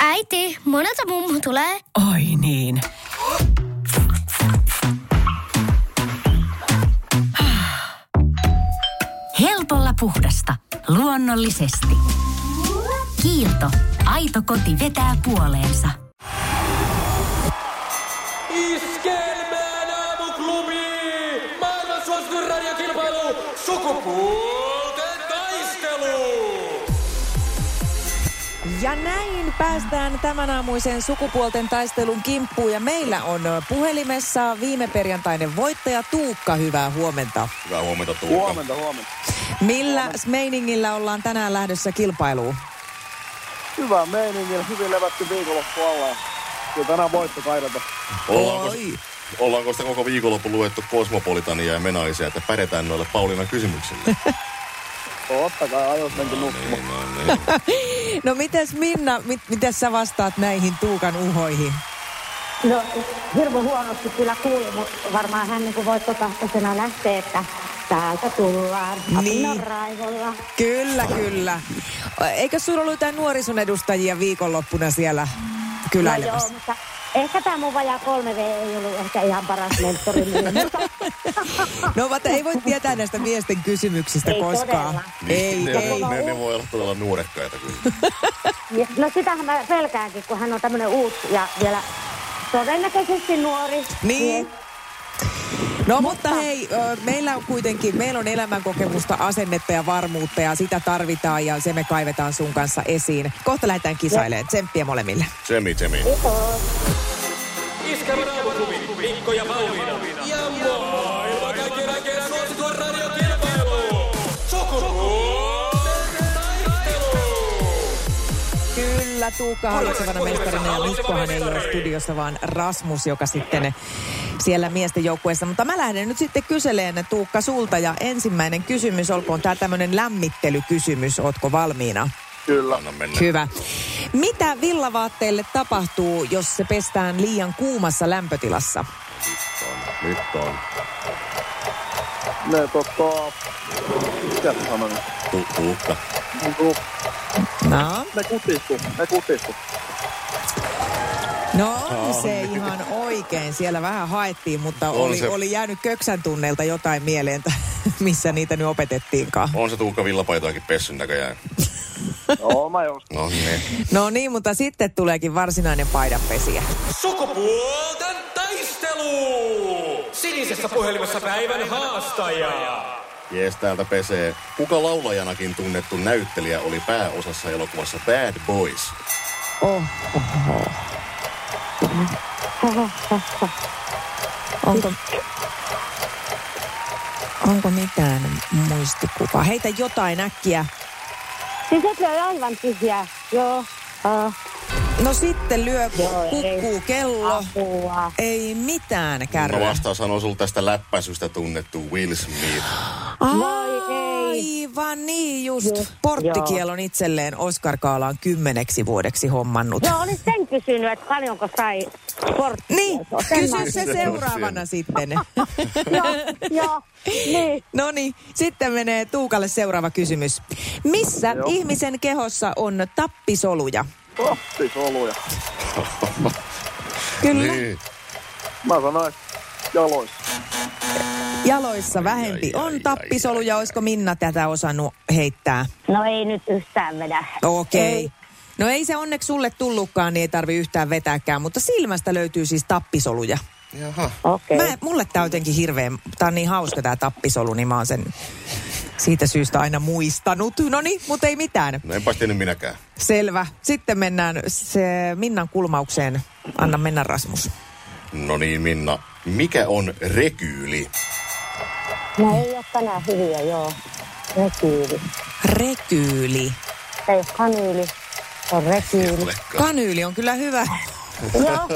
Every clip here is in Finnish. Äiti, monelta mummu tulee. Oi niin. Helpolla puhdasta. Luonnollisesti. Kiilto. Aito koti vetää puoleensa. Iskelmään aamuklubi! Maailman suosituin radiokilpailu! Sukupuolten taistelu! Ja näin päästään tämän aamuisen sukupuolten taistelun kimppuun. Ja meillä on ö, puhelimessa viime perjantainen voittaja Tuukka. Hyvää huomenta. Hyvää huomenta Tuukka. Huomenta. Millä meiningillä ollaan tänään lähdössä kilpailuun? Hyvä meiningillä, hyvin levätty viikonloppu alla. ja- Ja tänään voitto kaidata. Ollaanko, ollaanko sitä koko viikonloppu luettu Kosmopolitania ja Menaisia, että pärjätään noille Paulinan kysymyksille? Totta kai ajos menkin nukkumaan. No mites Minna, mit, mites sä vastaat näihin Tuukan uhoihin? No hirveän huonosti kyllä kuuli, mutta varmaan hän niin voittotahtoisena lähtee, että täältä tullaan. Niin. Apinnan raivolla. Kyllä, kyllä. Eikö sulla ollut jotain nuorison edustajia viikonloppuna siellä No joo, kyläilemässä? mutta ehkä tämä mun vajaa 3V ei ollut ehkä ihan paras mentori. minulle, mutta No, mutta ei voi tietää näistä miesten kysymyksistä Ei koskaan. todella. Ei, Niin, ne, ei. Ne, ne, voi olla todella nuorekkaita kyllä. Ja- no sitähän mä pelkäänkin, kun hän on tämmöinen uusi ja vielä todennäköisesti nuori. Niin. No mutta, mutta hei, ö, meillä on kuitenkin, meillä on elämänkokemusta, asennetta ja varmuutta ja sitä tarvitaan ja se me kaivetaan sun kanssa esiin. Kohta lähdetään kisailemaan. Tsemppiä molemmille. Tsemi, tsemi. Iskelmän aamuklubi, Mikko ja Pauliina. Ja maailman kaikkien aikeen suosituin radiokilpailu! Sukupuolten taistelu! Kyllä, Tuukka hallitsevana mestarina ja Mikkohan ei ole studiossa, vaan Rasmus, joka sitten siellä miesten joukkueessa. Mutta mä lähden nyt sitten kyseleen Tuukka sulta ja ensimmäinen kysymys olkoon tämä tämmöinen lämmittelykysymys. Ootko valmiina? Kyllä. Anna mennä. Hyvä. Mitä villavaatteelle tapahtuu, jos se pestään liian kuumassa lämpötilassa? Nyt on Ne tota... Mitä sä sanoin? tu- Tuukka. Niinku, No, Ne kutistu, ne kutistu. no on se ihan oikein. Siellä vähän haettiin, mutta On oli, se. oli jäänyt köksän tunneilta jotain mieleen, t- missä niitä nyt opetettiinkaan. On se Tuukka villapaitaakin pessyn näköjään. Joo, mä jos. No ne. No niin, mutta sitten tuleekin varsinainen paidanpesiä. Sukupuolten taistelu! Sinisessä puhelimessa päivän haastaja. Jees, täältä pesee. Kuka laulajanakin tunnettu näyttelijä oli pääosassa elokuvassa Bad Boys? Oh. Onko, onko mitään muistikuvaa? Heitä jotain äkkiä. Sisällä oli niin aivan tyhjää. Joo. Uh, No sitten lyö, Joo, kukkuu ei. Ah. kello. apua. Ei mitään No kärryä. vastaus on sulla tästä läppäsystä tunnettu Will Smith. Voi ei. Aivan niin just. Porttikielon itselleen Oskar Kaalaan kymmeneksi vuodeksi hommannut. No olisin sen kysynyt, että paljonko sai sporttia. Niin, Se on sen kysy kanssa. se seuraavana sitten. joo, joo, niin. No niin, sitten menee Tuukalle seuraava kysymys. Missä Joo. ihmisen kehossa on tappisoluja? Tohti soluja. Kyllä, niin. Niin. Mä sanoin, että jaloissa. jaloissa vähempi ai, on ai, tappisoluja. ai, ai. Olisiko Minna tätä osannut heittää? No ei nyt yhtään vedä. Okei. Ei. Okay. No ei se onneksi sulle tullutkaan, niin ei tarvi yhtään vetääkään, mutta silmästä löytyy siis tappisoluja. Jaha. Okei. Mä, mulle tää on jotenkin hirveän, tää on niin hauska tää tappisolu, niin mä oon sen siitä syystä aina muistanut. No niin, mutta ei mitään. No enpäs tiennyt minäkään. Selvä. Sitten mennään se Minnan kulmaukseen. Anna mennä Rasmus. No niin, Minna. Mikä on rekyyli? No ei ole tänään hyviä, joo. Rekyyli. Rekyyli. Ei ole kanyyli. Se on rekyyli. Olekaan. Kanyyli on kyllä hyvä. joo.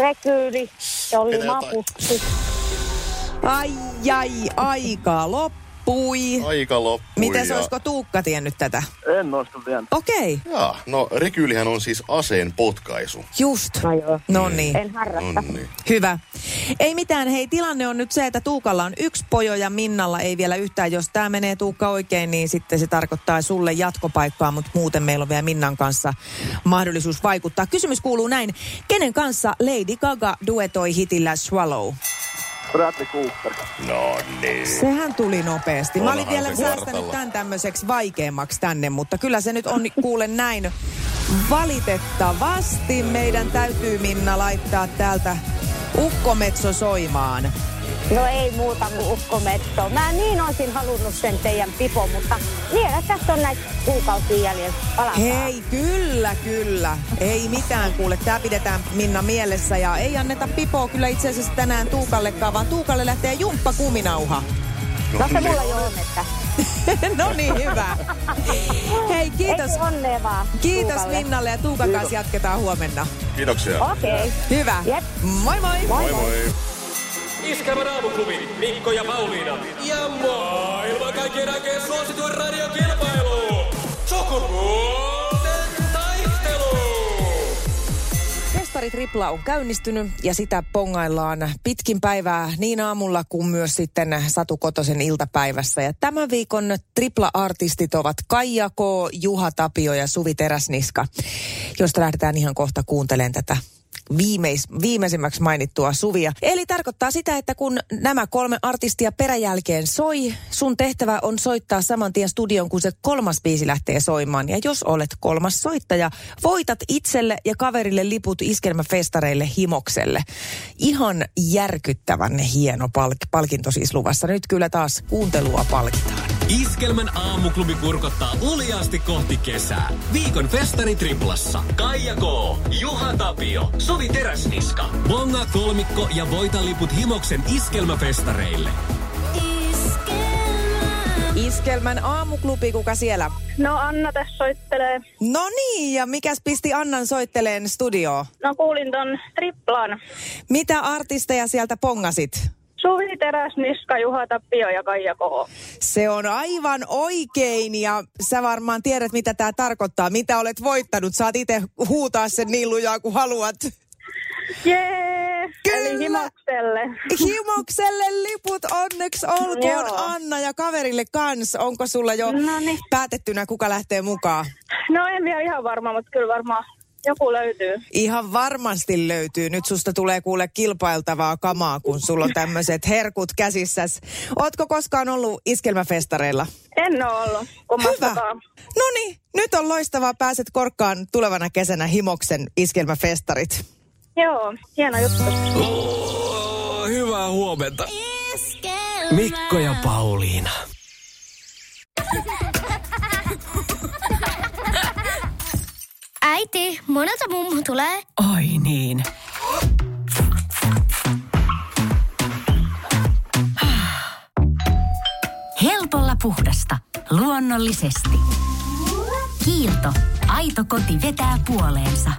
rekyyli. Se oli Enää jotain. mapusti. Ai, ai, aikaa loppuu. loppui. Aika loppui. Miten se ja- olisiko Tuukka tiennyt tätä? En noista tiennyt. Okei, Jaa, no rekyylihän on siis aseen potkaisu. just. No joo. No niin. En harrasta. No niin. Hyvä. Ei mitään. Hei, tilanne on nyt se, että Tuukalla on yksi pojo ja Minnalla ei vielä yhtään. Jos tämä menee Tuukka oikein, niin sitten se tarkoittaa sulle jatkopaikkaa, mutta muuten meillä on vielä Minnan kanssa mahdollisuus vaikuttaa. Kysymys kuuluu näin. Kenen kanssa Lady Gaga duetoi hitillä Swallow? Bradley Cooper. No niin. Sehän tuli nopeasti. Mä olin Onhan vielä se säästänyt kartalla. tämän tämmöiseksi vaikeammaksi tänne, mutta kyllä se nyt on kuule näin. Valitettavasti meidän täytyy Minna laittaa täältä ukkometso soimaan. No ei muuta kuin ukkometso. Mä niin olisin halunnut sen teidän pipo, mutta vielä tässä on näitä kuukausia jäljellä. Palataan. Hei, kyllä, kyllä. Ei mitään kuule. Tämä pidetään Minna mielessä ja ei anneta pipoa kyllä itse asiassa tänään Tuukallekaan, vaan Tuukalle lähtee jumppa kuminauha. No se mulla jo on, että... no niin, hyvä. Hei, kiitos. Ei kun onnea vaan. Kiitos Tuukalle. Minnalle ja Tuukan kanssa jatketaan huomenna. Kiitoksia. Okei. Okay. Hyvä. Jep. Moi moi. Moi moi. Iskävän aamuklubi, Mikko ja Pauliina. Ja maailman kaikkien aikeen suosituen radiokilpailu. Sukupuolten taistelu. Festari Tripla on käynnistynyt ja sitä pongaillaan pitkin päivää niin aamulla kuin myös sitten Satu Kotosen iltapäivässä. Ja tämän viikon Tripla-artistit ovat Kaija K, Juha Tapio ja Suvi Teräsniska, josta lähdetään ihan kohta kuuntelemaan tätä viimeis, viimeisimmäksi mainittua Suvia. Eli tarkoittaa sitä, että kun nämä kolme artistia peräjälkeen soi, sun tehtävä on soittaa saman tien studion, kun se kolmas biisi lähtee soimaan. Ja jos olet kolmas soittaja, voitat itselle ja kaverille liput iskelmäfestareille himokselle. Ihan järkyttävän hieno palk- palkinto siis luvassa. Nyt kyllä taas kuuntelua palkitaan. Iskelmän aamuklubi kurkottaa uljaasti kohti kesää. Viikon festari triplassa. Kaija K, Juha Tapio, Suvi Teräsniska. Bonga kolmikko ja voita liput Himoksen iskelmäfestareille. Iskelmän aamuklubi, kuka siellä? No Anna tässä soittelee. No niin, ja mikäs pisti Annan soitteleen studioon? No kuulin ton triplan. Mitä artisteja sieltä pongasit? Suvi Teräs, Niska, Juha Tappio ja Kaija K. Se on aivan oikein ja sä varmaan tiedät, mitä tämä tarkoittaa. Mitä olet voittanut? Saat itse huutaa sen niin lujaa kuin haluat. Jee! Kyllä. Eli himokselle. Himokselle liput onneksi olkoon Joo. Anna ja kaverille kans. Onko sulla jo Noniin. päätettynä, kuka lähtee mukaan? No en vielä ihan varma, mutta kyllä varmaan joku löytyy. Ihan varmasti löytyy. Nyt susta tulee kuule kilpailtavaa kamaa, kun sulla on tämmöiset herkut käsissäs. Ootko koskaan ollut iskelmäfestareilla? En oo ollut kummastakaan. No niin, nyt on loistavaa. Pääset korkkaan tulevana kesänä Himoksen iskelmäfestarit. Joo, hieno juttu. Oh, Hyvää huomenta. Iskelmä. Mikko ja Pauliina. Äiti, monelta mummu tulee? Oi niin. Helpolla puhdasta. Luonnollisesti. Kiilto. Aito koti vetää puoleensa.